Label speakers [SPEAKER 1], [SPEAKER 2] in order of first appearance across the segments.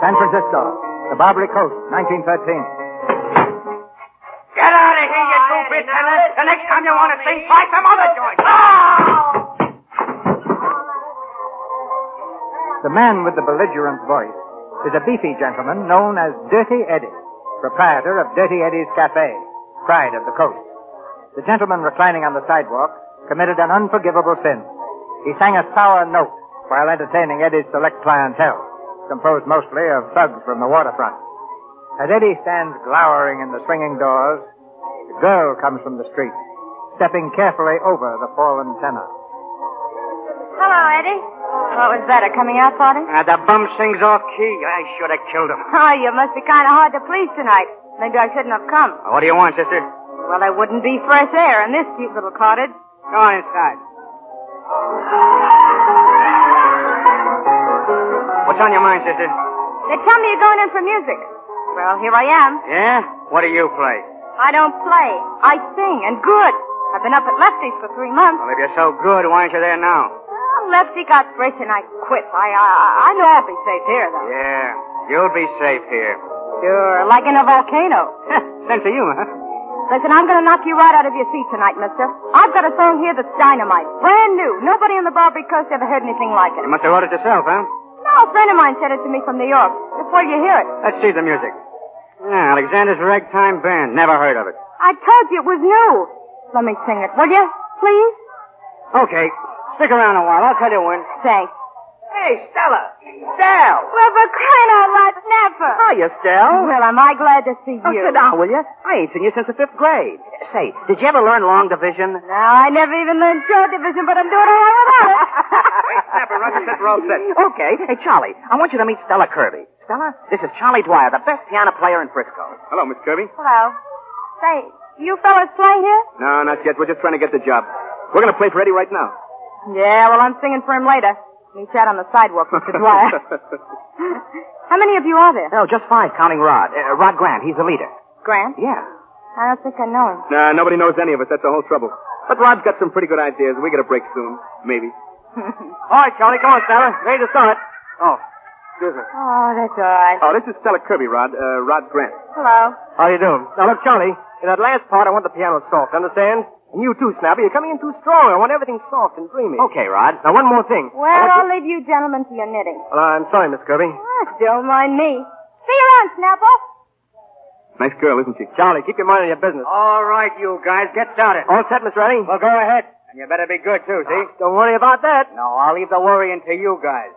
[SPEAKER 1] San Francisco, the Barbary Coast, 1913.
[SPEAKER 2] Get out of here, you two pretenders. The next time you want to sing, try some other joint.
[SPEAKER 1] The man with the belligerent voice is a beefy gentleman known as Dirty Eddie, proprietor of Dirty Eddie's Cafe, pride of the coast. The gentleman reclining on the sidewalk committed an unforgivable sin. He sang a sour note while entertaining Eddie's select clientele, composed mostly of thugs from the waterfront. As Eddie stands glowering in the swinging doors, the girl comes from the street, stepping carefully over the fallen tenor.
[SPEAKER 3] Hello, Eddie. What was that, a coming out party?
[SPEAKER 2] the bum sings off key. I should have killed him.
[SPEAKER 3] Oh, you must be kind of hard to please tonight. Maybe I shouldn't have come.
[SPEAKER 2] What do you want, sister?
[SPEAKER 3] Well, there wouldn't be fresh air in this cute little cottage.
[SPEAKER 2] Go on inside. What's on your mind, sister?
[SPEAKER 3] They tell me you're going in for music. Well, here I am.
[SPEAKER 2] Yeah? What do you play?
[SPEAKER 3] I don't play. I sing, and good. I've been up at Lefty's for three months.
[SPEAKER 2] Well, if you're so good, why aren't you there now?
[SPEAKER 3] Well, Lefty got fresh, and I quit. I, I, I know I'll be safe here, though.
[SPEAKER 2] Yeah. You'll be safe here.
[SPEAKER 3] Sure, like in a volcano.
[SPEAKER 2] Sense of humor, huh?
[SPEAKER 3] Listen, I'm going to knock you right out of your seat tonight, mister. I've got a song here that's dynamite. Brand new. Nobody on the Barbary Coast ever heard anything like it.
[SPEAKER 2] You must have wrote it yourself, huh?
[SPEAKER 3] No, a friend of mine sent it to me from New York. Just while you hear it.
[SPEAKER 2] Let's see the music. Yeah, Alexander's Ragtime Band. Never heard of it.
[SPEAKER 3] I told you it was new. Let me sing it, will you? Please?
[SPEAKER 2] Okay. Stick around a while. I'll tell you when.
[SPEAKER 3] Thanks.
[SPEAKER 2] Hey, Stella. Stella.
[SPEAKER 3] Well, for crying out loud, never.
[SPEAKER 2] Hiya, Stella.
[SPEAKER 3] Well, am I glad to see you.
[SPEAKER 2] Oh, sit down, will you? I ain't seen you since the fifth grade. Say, did you ever learn long division?
[SPEAKER 3] No, I never even learned short division, but I'm doing all right without it.
[SPEAKER 2] Okay. Hey, Charlie, I want you to meet Stella Kirby. Stella, this is Charlie Dwyer, the best piano player in Frisco. Hello, Miss Kirby.
[SPEAKER 3] Hello. Say, you fellas play here?
[SPEAKER 2] No, not yet. We're just trying to get the job. We're going to play for Eddie right now.
[SPEAKER 3] Yeah, well, I'm singing for him later. We chat on the sidewalk, Mr. Dwyer. How many of you are there?
[SPEAKER 2] No, Oh, just five, counting Rod. Uh, Rod Grant, he's the leader.
[SPEAKER 3] Grant?
[SPEAKER 2] Yeah.
[SPEAKER 3] I don't think I know him.
[SPEAKER 4] Nah, nobody knows any of us. That's the whole trouble. But Rod's got some pretty good ideas. We get a break soon. Maybe.
[SPEAKER 2] All right, Charlie, come on, Stella. Ready to start. Oh, excuse me.
[SPEAKER 3] Oh, that's all right.
[SPEAKER 4] Oh, this is Stella Kirby, Rod. Uh, Rod Grant.
[SPEAKER 3] Hello.
[SPEAKER 2] How you doing? Now, look, Charlie, in that last part, I want the piano soft, understand? And you too, Snapper. You're coming in too strong. I want everything soft and dreamy. Okay, Rod. Now, one more thing.
[SPEAKER 3] Well, I'll leave you gentlemen to your knitting.
[SPEAKER 2] Well, I'm sorry, Miss Kirby.
[SPEAKER 3] Ah, don't mind me. See you around, Snapple.
[SPEAKER 4] Nice girl, isn't she?
[SPEAKER 2] Charlie, keep your mind on your business.
[SPEAKER 5] All right, you guys, get started.
[SPEAKER 2] All set, Miss Redding? Ah,
[SPEAKER 5] Well, go ahead. And you better be good, too, see?
[SPEAKER 2] Don't worry about that.
[SPEAKER 5] No, I'll leave the worrying to you guys.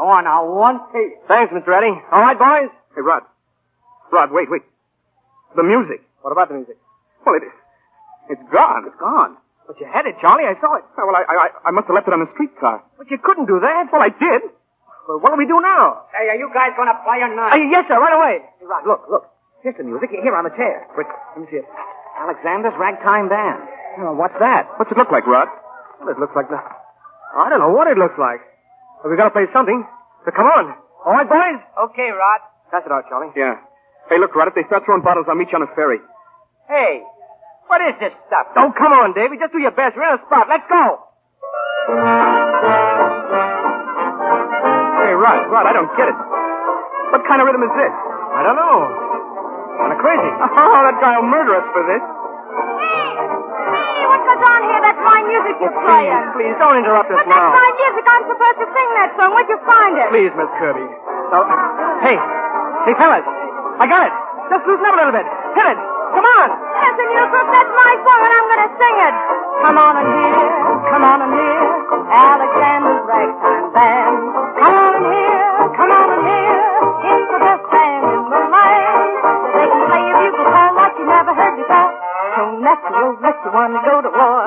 [SPEAKER 5] Go on now, one piece.
[SPEAKER 2] Thanks, Miss Redding. All right, boys?
[SPEAKER 4] Hey, Rod. Rod, wait, wait. The music.
[SPEAKER 2] What about the music?
[SPEAKER 4] Well, it, it's gone. It's gone.
[SPEAKER 2] But you had it, Charlie. I saw it.
[SPEAKER 4] Oh, well, I, I, I must have left it on the streetcar.
[SPEAKER 2] But you couldn't do that.
[SPEAKER 4] Well, Oh, I did.
[SPEAKER 2] Well, what do we do now?
[SPEAKER 5] Hey, are you guys gonna play or
[SPEAKER 2] Uh,
[SPEAKER 5] not?
[SPEAKER 2] yes, sir, right away. Hey, Rod, look, look. Here's the music here on the chair. Wait, let me see it. Alexander's Ragtime Band. Oh, what's that?
[SPEAKER 4] What's it look like, Rod?
[SPEAKER 2] Well, it looks like the... I don't know what it looks like. But we gotta play something. So come on. All right, boys?
[SPEAKER 5] Okay, Rod.
[SPEAKER 2] Pass it out, Charlie.
[SPEAKER 4] Yeah. Hey, look, Rod, if they start throwing bottles, I'll meet you on a ferry.
[SPEAKER 5] Hey, what is this stuff?
[SPEAKER 2] Oh, come on, Davy. Just do your best. We're in a spot. Let's go.
[SPEAKER 4] Hey, Rod, Rod, I don't get it. What kind of rhythm is this?
[SPEAKER 2] I don't know. Kind of crazy.
[SPEAKER 4] Oh, that guy will murder us for
[SPEAKER 3] Hey,
[SPEAKER 4] this.
[SPEAKER 3] hey, what goes on here? That's my music you're playing.
[SPEAKER 2] please don't interrupt us
[SPEAKER 3] But that's
[SPEAKER 2] now.
[SPEAKER 3] my music. I'm supposed to sing that song. Where'd you find it?
[SPEAKER 2] Please, Miss Kirby. Now, hey, hey, fellas, I got it. Just loosen up a little bit. Hit it. Come on.
[SPEAKER 3] Listen, you crook, that's my song, and I'm gonna sing it. Come on in here, come on in here, Alexander's ragtime band. Come on in here, come on in here, it's the best band in the land. They can play a bugle call like you never heard before. So natural that you wanna go to war.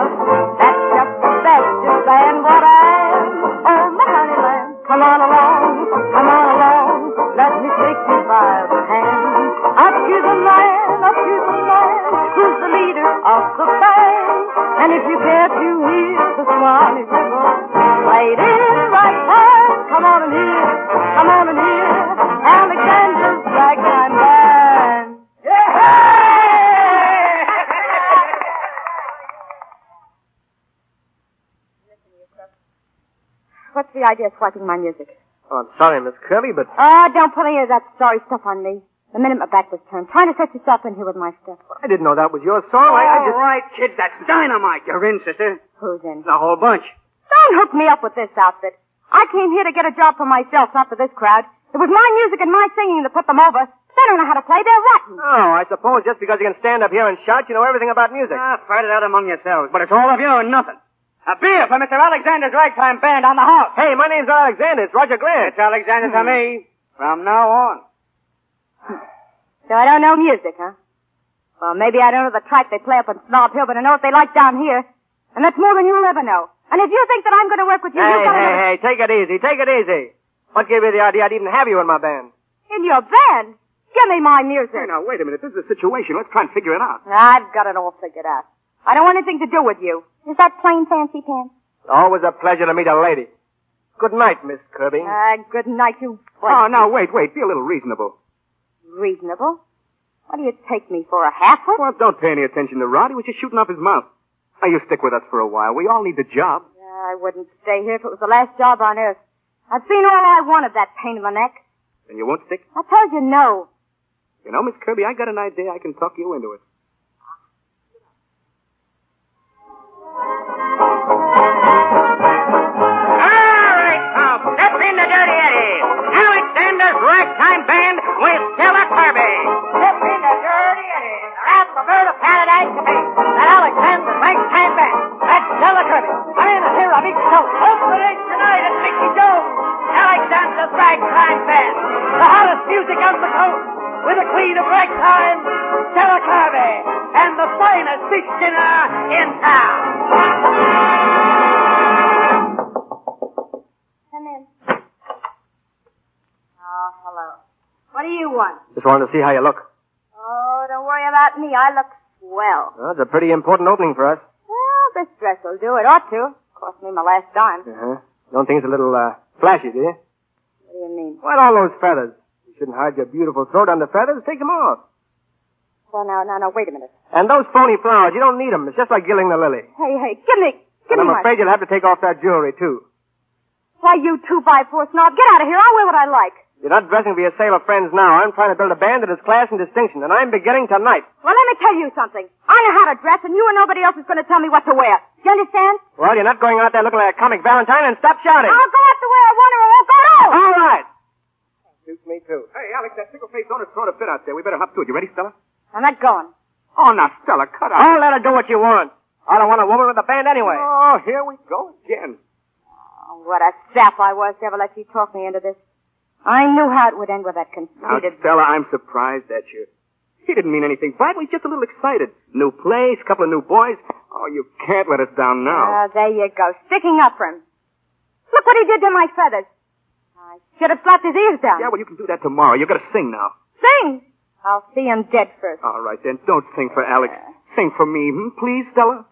[SPEAKER 3] That's just the bestest band what I am. Oh, my honey lamb, come on along, come on
[SPEAKER 1] And if you care to hear the Swanee River played in right time, come on and hear, come on and hear Alexander's ragtime band.
[SPEAKER 3] What's the idea of swiping my music?
[SPEAKER 2] Oh, I'm sorry, Miss Kirby, but
[SPEAKER 3] Oh, don't put any of that sorry stuff on me. The minute my back was turned, trying to set yourself in here with my stuff.
[SPEAKER 2] I didn't know that was your song. I, I
[SPEAKER 5] All
[SPEAKER 2] just.
[SPEAKER 5] Oh, right, kid, that's dynamite. You're in, sister.
[SPEAKER 3] Who's in?
[SPEAKER 5] A whole bunch.
[SPEAKER 3] Don't hook me up with this outfit. I came here to get a job for myself, not for this crowd. It was my music and my singing that put them over. They don't know how to play. They're rotten.
[SPEAKER 2] Oh, I suppose just because you can stand up here and shout, you know everything about music.
[SPEAKER 5] Ah, fight it out among yourselves, but it's all of you and nothing. A beer for Mr. Alexander's ragtime band on the house.
[SPEAKER 2] hey, my name's Alexander. It's Roger Hmm. Grant.
[SPEAKER 5] It's Alexander to me from now on.
[SPEAKER 3] So I don't know music, huh? Well, maybe I don't know the track they play up in Snob Hill, but I know what they like down here. And that's more than you'll ever know. And if you think that I'm going to work with you,
[SPEAKER 2] hey,
[SPEAKER 3] you've got
[SPEAKER 2] hey,
[SPEAKER 3] to...
[SPEAKER 2] hey, take it easy. Take it easy. What gave you the idea I'd even have you in my band?
[SPEAKER 3] In your band? Give me my music.
[SPEAKER 4] Hey, now, wait a minute. This is a situation. Let's try and figure it out.
[SPEAKER 3] I've got it all figured out. I don't want anything to do with you. Is that plain fancy pants?
[SPEAKER 2] Always a pleasure to meet a lady. Good night, Miss Kirby.
[SPEAKER 3] Ah, good night, you boy.
[SPEAKER 4] Oh, now, wait, wait. Be a little reasonable.
[SPEAKER 3] Reasonable? What do you take me for, a halfwit?
[SPEAKER 4] Well, don't pay any attention to Rod. He was just shooting off his mouth. Now, you stick with us for a while. We all need a job.
[SPEAKER 3] I wouldn't stay here if it was the last job on earth. I've seen all I want of that pain in the neck.
[SPEAKER 4] And you won't stick?
[SPEAKER 3] I told you no.
[SPEAKER 4] You know, Miss Kirby, I got an idea. I can talk you into it.
[SPEAKER 5] All right, pal. Step into Dirty Eddie. Alexander's ragtime band with Stella Kirby.
[SPEAKER 1] Step into Dirty Eddie. They're out the bird of paradise to be. That Alexander Frank came back. That's Stella Kirby. Come in and hear a big show. Opening tonight at Mickey Jones. Alexander's Ragtime Band. The hottest music on the coast. With the queen of ragtime, Stella Kirby. And the finest fish dinner in town.
[SPEAKER 3] Come in. Oh, hello. What do you want?
[SPEAKER 2] Just wanted to see how you look.
[SPEAKER 3] Oh, don't worry about me. I look swell.
[SPEAKER 2] Well, that's a pretty important opening for us.
[SPEAKER 3] Well, this dress will do. It ought to. Cost me my last dime.
[SPEAKER 2] Uh-huh. Don't think it's a little, uh, flashy, do you?
[SPEAKER 3] What do you mean?
[SPEAKER 2] Well, all those feathers. You shouldn't hide your beautiful throat under feathers. Take them off.
[SPEAKER 3] Well, now, now, now, wait a minute.
[SPEAKER 2] And those phony flowers, you don't need them. It's just like gilling the lily.
[SPEAKER 3] Hey, hey, give me, give
[SPEAKER 2] and
[SPEAKER 3] me
[SPEAKER 2] I'm
[SPEAKER 3] my...
[SPEAKER 2] afraid you'll have to take off that jewelry, too.
[SPEAKER 3] Why, you two by four snob, get out of here. I'll wear what I like.
[SPEAKER 2] You're not dressing for your sailor friends now. I'm trying to build a band that is class and distinction, and I'm beginning tonight.
[SPEAKER 3] Well, let me tell you something. I know how to dress, and you and nobody else is going to tell me what to wear. Do you understand?
[SPEAKER 2] Well, you're not going out there looking like a comic Valentine, and stop shouting.
[SPEAKER 3] I'll go out the way I want, or I won't go at all.
[SPEAKER 2] All right.
[SPEAKER 4] Suits me, too. Hey, Alex, that pickle-faced owner's throwing a fit out there. We better hop to it. You ready, Stella?
[SPEAKER 2] Uh-huh.
[SPEAKER 3] I'm not going.
[SPEAKER 4] Oh, now, Stella, cut out.
[SPEAKER 2] I'll let her do what you want. I don't want a woman with a band anyway.
[SPEAKER 4] Oh, here we go again.
[SPEAKER 3] Oh, what a sap I was to ever let you talk me into this. I knew how it would end with that
[SPEAKER 4] Now,
[SPEAKER 3] conceited.
[SPEAKER 4] Stella, I'm surprised at you. He didn't mean anything by it. He's just a little excited. New place, couple of new boys. Oh, you can't let us down now.
[SPEAKER 3] Ah, there you go, sticking up for him. Look what he did to my feathers. I should have slapped his ears down.
[SPEAKER 4] yeah, well, you can do that tomorrow. You gotta sing now.
[SPEAKER 3] Sing! I'll see him dead first.
[SPEAKER 4] All right, then. Don't sing for Alex. Sing for me, hmm? please, Stella.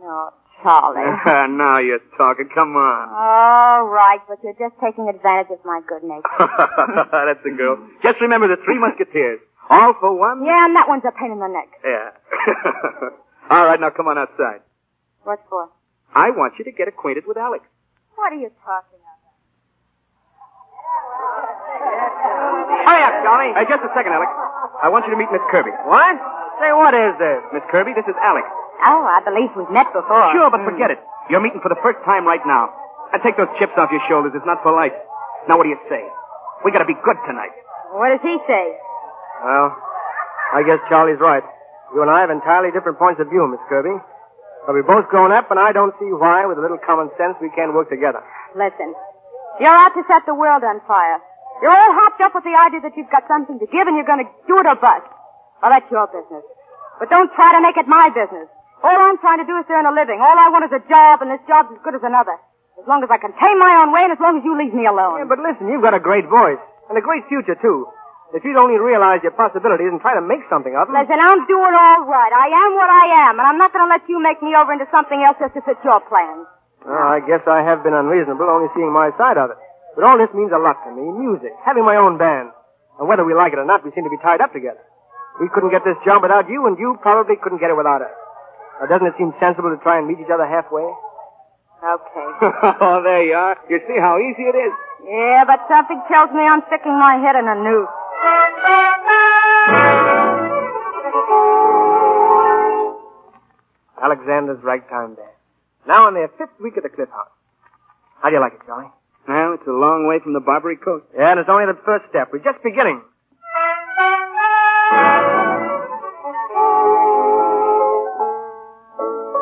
[SPEAKER 3] No, Charlie.
[SPEAKER 4] now you're talking. Come on.
[SPEAKER 3] All right, but you're just taking advantage of my good nature.
[SPEAKER 4] That's the girl. Just remember the three musketeers. All for one?
[SPEAKER 3] Yeah, and that one's a pain in the neck.
[SPEAKER 4] Yeah. All right, now come on outside.
[SPEAKER 3] What for?
[SPEAKER 4] I want you to get acquainted with Alex.
[SPEAKER 3] What are you talking about?
[SPEAKER 4] Hurry up, Johnny. Hey, just a second, Alex. I want you to meet Miss Kirby.
[SPEAKER 2] What? Say, what is this?
[SPEAKER 4] Miss Kirby, this is Alex. Hmm.
[SPEAKER 3] Oh, I believe we've met before.
[SPEAKER 4] Sure, but forget it. You're meeting for the first time right now. And take those chips off your shoulders. It's not polite. Now, what do you say? We gotta be good tonight.
[SPEAKER 3] What does he say?
[SPEAKER 2] Well, I guess Charlie's right. You and I have entirely different points of view, Miss Kirby. But we've both grown up, and I don't see why, with a little common sense, we can't work together.
[SPEAKER 3] Listen, you're out to set the world on fire. You're all hopped up with the idea that you've got something to give and you're going to do it or bust. Well, that's your business. But don't try to make it my business. All I'm trying to do is earn a living. All I want is a job, and this job's as good as another. As long as I can tame my own way and as long as you leave me alone.
[SPEAKER 2] Yeah, but listen, you've got a great voice, and a great future, too. If you'd only realize your possibilities and try to make something of them.
[SPEAKER 3] Listen, I'm doing all right. I am what I am, and I'm not going to let you make me over into something else just to fit your plans.
[SPEAKER 2] Well, I guess I have been unreasonable, only seeing my side of it. But all this means a lot to me. Music, having my own band. And whether we like it or not, we seem to be tied up together. We couldn't get this job without you, and you probably couldn't get it without us. Now, doesn't it seem sensible to try and meet each other halfway?
[SPEAKER 3] Okay.
[SPEAKER 4] oh, there you are. You see how easy it is.
[SPEAKER 3] Yeah, but something tells me I'm sticking my head in a noose.
[SPEAKER 2] Alexander's Ragtime Band. Now in their fifth week at the Cliff House. How do you like it, Charlie?
[SPEAKER 4] Well, it's a long way from the Barbary Coast.
[SPEAKER 2] Yeah, and it's only the first step. We're just beginning.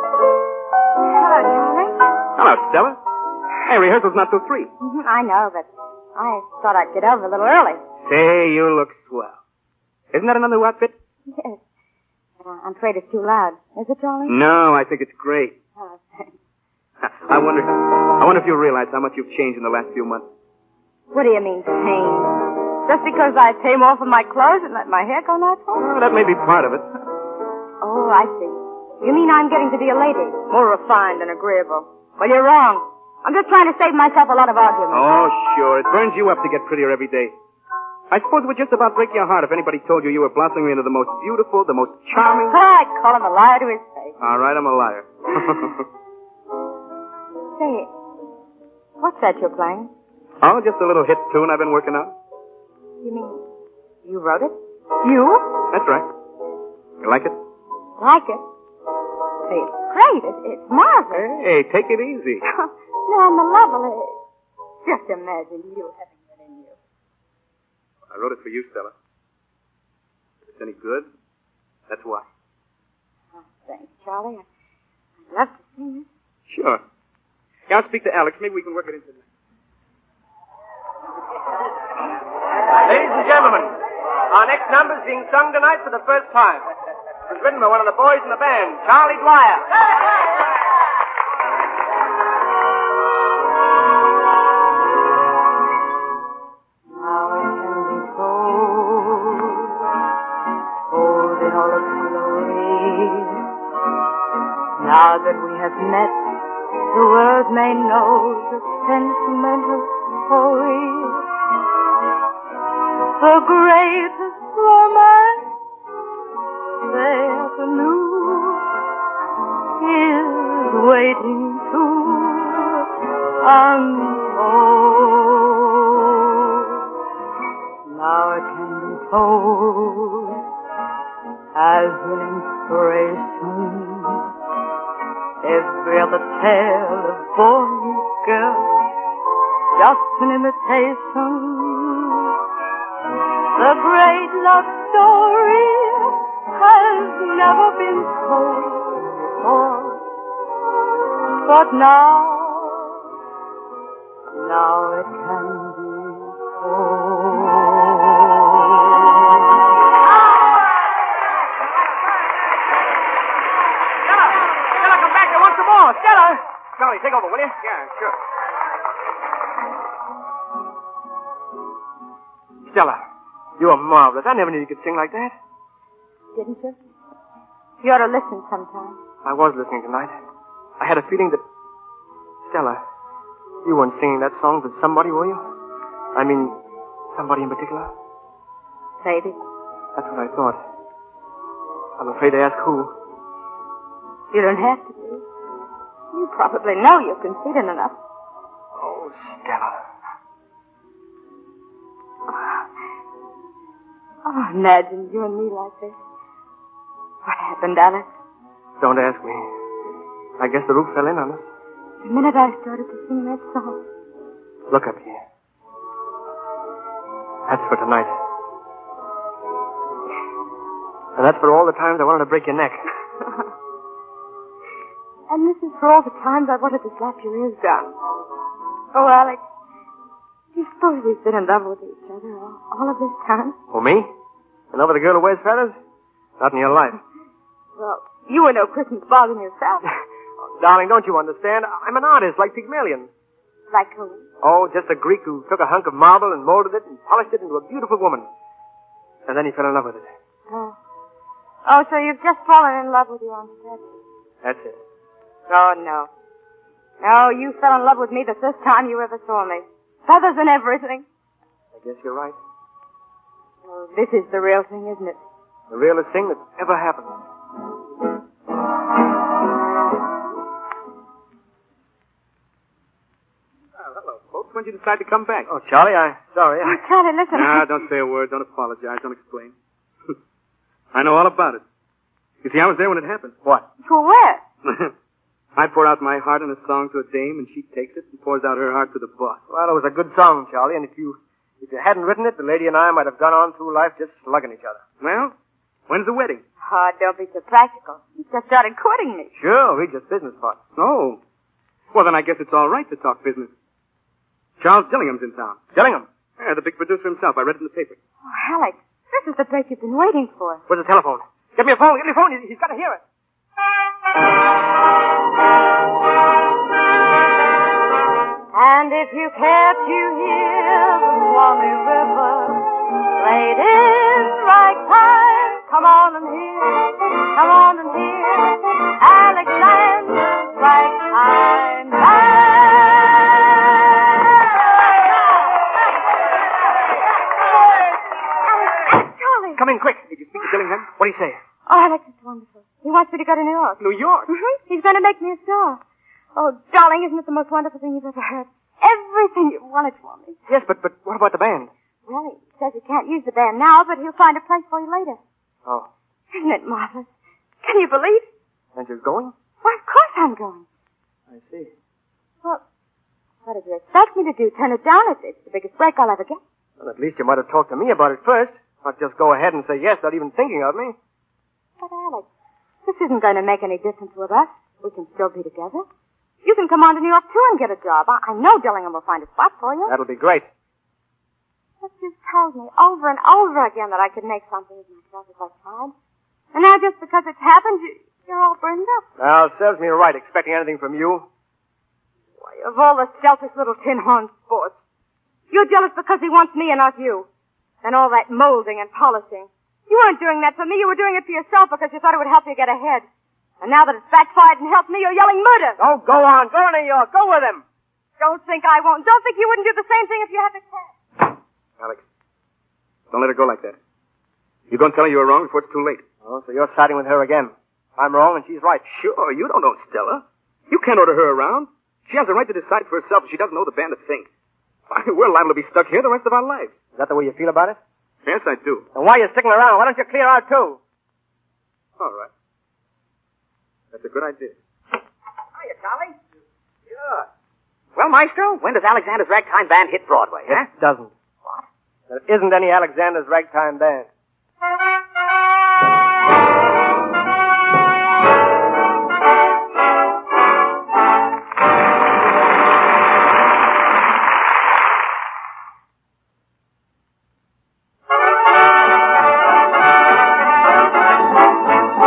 [SPEAKER 3] Hello, darling.
[SPEAKER 4] Hello, Stella. Hey, rehearsal's not till three.
[SPEAKER 3] Mhm, I know, but I thought I'd get over a little early.
[SPEAKER 4] Say, you look swell. Isn't that another outfit?
[SPEAKER 3] Yes. Uh, I'm afraid it's too loud. Is it, darling?
[SPEAKER 4] No, I think it's great.
[SPEAKER 3] Oh, thanks.
[SPEAKER 4] I wonder, I wonder if you realize how much you've changed in the last few months.
[SPEAKER 3] What do you mean, change? Just because I came off of my clothes and let my hair go natural?
[SPEAKER 4] Well, that may be part of it.
[SPEAKER 3] Oh, I see. You mean I'm getting to be a lady, more refined and agreeable? Well, you're wrong. I'm just trying to save myself a lot of argument.
[SPEAKER 4] Oh, sure. It burns you up to get prettier every day. I suppose it would just about break your heart if anybody told you you were blossoming into the most beautiful, the most charming.
[SPEAKER 3] I call him a liar to his face.
[SPEAKER 4] All right, I'm a liar.
[SPEAKER 3] Say, what's that you're playing?
[SPEAKER 4] oh, just a little hit tune I've been working on.
[SPEAKER 3] You mean you wrote it? You?
[SPEAKER 4] That's right. You like it?
[SPEAKER 3] Like it? Say, it's great. It, it's marvelous.
[SPEAKER 4] Hey, take it easy.
[SPEAKER 3] no, on the level, it, just imagine you having it in you.
[SPEAKER 4] I wrote it for you, Stella. If it's any good, that's why.
[SPEAKER 3] Oh, thanks, Charlie. I'd love to see it.
[SPEAKER 4] Sure. Yeah, I'll speak to Alex. Maybe we can work it into the...
[SPEAKER 2] Ladies and gentlemen, our next number's being sung tonight for the first time. It was written by one of the boys in the band, Charlie Dwyer.
[SPEAKER 1] Now it can be told, told in all its glory. Now that we have met, the world may know the sentimental story. The greatest romance they ever knew is waiting to unfold. Now it can be told as an inspiration. Every other tale of boy and girl, just an imitation. The great love story has never been told before. But now now it can be told.
[SPEAKER 2] Stella! Stella, come back here once more! Stella! Charlie, take over, will you? Yeah, sure. Stella, you are marvelous. I never knew you could sing like that.
[SPEAKER 3] Didn't you? You ought to listen sometime.
[SPEAKER 2] I was listening tonight. I had a feeling that. Stella, you weren't singing that song for somebody, were you? I mean, somebody in particular?
[SPEAKER 3] Maybe.
[SPEAKER 2] That's what I thought. I'm afraid to ask who.
[SPEAKER 3] You don't have to be. You probably know you're conceited enough.
[SPEAKER 2] Oh, Stella.
[SPEAKER 3] Oh, imagine you and me like this. What happened, Alex?
[SPEAKER 2] Don't ask me. I guess the roof fell in on us.
[SPEAKER 3] The minute I started to sing that song,
[SPEAKER 2] Look up here. That's for tonight. And that's for all the times I wanted to break your neck.
[SPEAKER 3] and this is for all the times I wanted to slap your ears down. Oh, Alex, do you suppose we've been in love with each other all, all of this time?
[SPEAKER 2] For me? And over the girl who wears feathers? Not in your life.
[SPEAKER 3] Well, you were no Christmas ball in yourself.
[SPEAKER 2] Oh, darling, don't you understand? I'm an artist like Pygmalion.
[SPEAKER 3] like who?
[SPEAKER 2] Oh, just a Greek who took a hunk of marble and molded it and polished it into a beautiful woman.
[SPEAKER 4] And then he fell in love with it.
[SPEAKER 3] Oh. Oh, so you've just fallen in love with your own statue.
[SPEAKER 4] That's it.
[SPEAKER 3] Oh, no. No, you fell in love with me the first time you ever saw me. Feathers and everything.
[SPEAKER 4] I guess you're right.
[SPEAKER 3] Oh, this is the real thing, isn't it?
[SPEAKER 4] The realest thing that's ever happened.
[SPEAKER 6] Ah, hello, folks. When did you decide to come back?
[SPEAKER 4] Oh, Charlie, I sorry.
[SPEAKER 3] Oh,
[SPEAKER 4] I,
[SPEAKER 3] Charlie, listen.
[SPEAKER 6] Nah, don't say a word. Don't apologize. Don't explain. I know all about it. You see, I was there when it happened.
[SPEAKER 4] what?
[SPEAKER 3] For where?
[SPEAKER 6] I pour out my heart in a song to a dame, and she takes it and pours out her heart to the boss.
[SPEAKER 4] Well, it was a good song, Charlie, and if you if you hadn't written it, the lady and I might have gone on through life just slugging each other.
[SPEAKER 6] Well, when's the wedding?
[SPEAKER 3] Oh, don't be so practical. You just started courting me.
[SPEAKER 4] Sure, we just business partners.
[SPEAKER 6] Oh. Well, then I guess it's all right to talk business. Charles Dillingham's in town.
[SPEAKER 4] Gillingham,
[SPEAKER 6] Yeah, the big producer himself. I read it in the paper.
[SPEAKER 3] Oh, Alex, this is the break you've been waiting for.
[SPEAKER 4] where's the telephone? Get me a phone. Get me a phone. He- He's got to hear it.
[SPEAKER 7] And if you care to hear the Swanee River played in ragtime, come on and hear, come on and hear Alexander's ragtime band.
[SPEAKER 3] Alex, Charlie!
[SPEAKER 4] Come in quick. Did you speak to Gillingham? What do you say?
[SPEAKER 3] Oh, Alex is wonderful. He wants me to go to New York.
[SPEAKER 4] New York.
[SPEAKER 3] hmm He's going to make me a star. Oh, darling, isn't it the most wonderful thing you've ever heard? Everything you wanted for me.
[SPEAKER 4] Yes, but but what about the band?
[SPEAKER 3] Well, he says he can't use the band now, but he'll find a place for you later.
[SPEAKER 4] Oh,
[SPEAKER 3] Isn't it marvelous? Can you believe? it?
[SPEAKER 4] and you're going?
[SPEAKER 3] Why, of course I'm going.
[SPEAKER 4] I see.
[SPEAKER 3] Well, what did you expect me to do? Turn it down? It's, it's the biggest break I'll ever get.
[SPEAKER 4] Well, at least you might have talked to me about it first. Not just go ahead and say yes without even thinking of me.
[SPEAKER 3] But Alex, this isn't going to make any difference with us. We can still be together. You can come on to New York too and get a job. I, I know Dillingham will find a spot for you.
[SPEAKER 4] That'll be great.
[SPEAKER 3] But you've told me over and over again that I could make something of myself if I tried. And now just because it's happened, you, you're all burned up.
[SPEAKER 4] Now, serves me right expecting anything from you.
[SPEAKER 3] Why, of all the selfish little tin horn sports, you're jealous because he wants me and not you. And all that molding and polishing. You weren't doing that for me. You were doing it for yourself because you thought it would help you get ahead. And now that it's backfired and helped me, you're yelling murder.
[SPEAKER 4] Oh, go on. Go to New York. Go with him.
[SPEAKER 3] Don't think I won't. Don't think you wouldn't do the same thing if you had the chance.
[SPEAKER 6] Alex, don't let her go like that. You don't tell her you were wrong before it's too late.
[SPEAKER 4] Oh, so you're siding with her again. I'm wrong and she's right.
[SPEAKER 6] Sure, you don't know Stella. You can't order her around. She has the right to decide for herself. She doesn't know the band a thing. Why, we're liable to be stuck here the rest of our lives.
[SPEAKER 4] Is that the way you feel about it?
[SPEAKER 6] Yes, I do.
[SPEAKER 4] Then why are you sticking around? Why don't you clear out, too?
[SPEAKER 6] All right. That's a good idea.
[SPEAKER 8] Hiya, Charlie. Sure. Well, Oh, Maestro, when does Alexander's Ragtime Band hit Broadway, eh? huh?
[SPEAKER 4] It doesn't.
[SPEAKER 8] What?
[SPEAKER 4] There isn't any Alexander's ragtime band.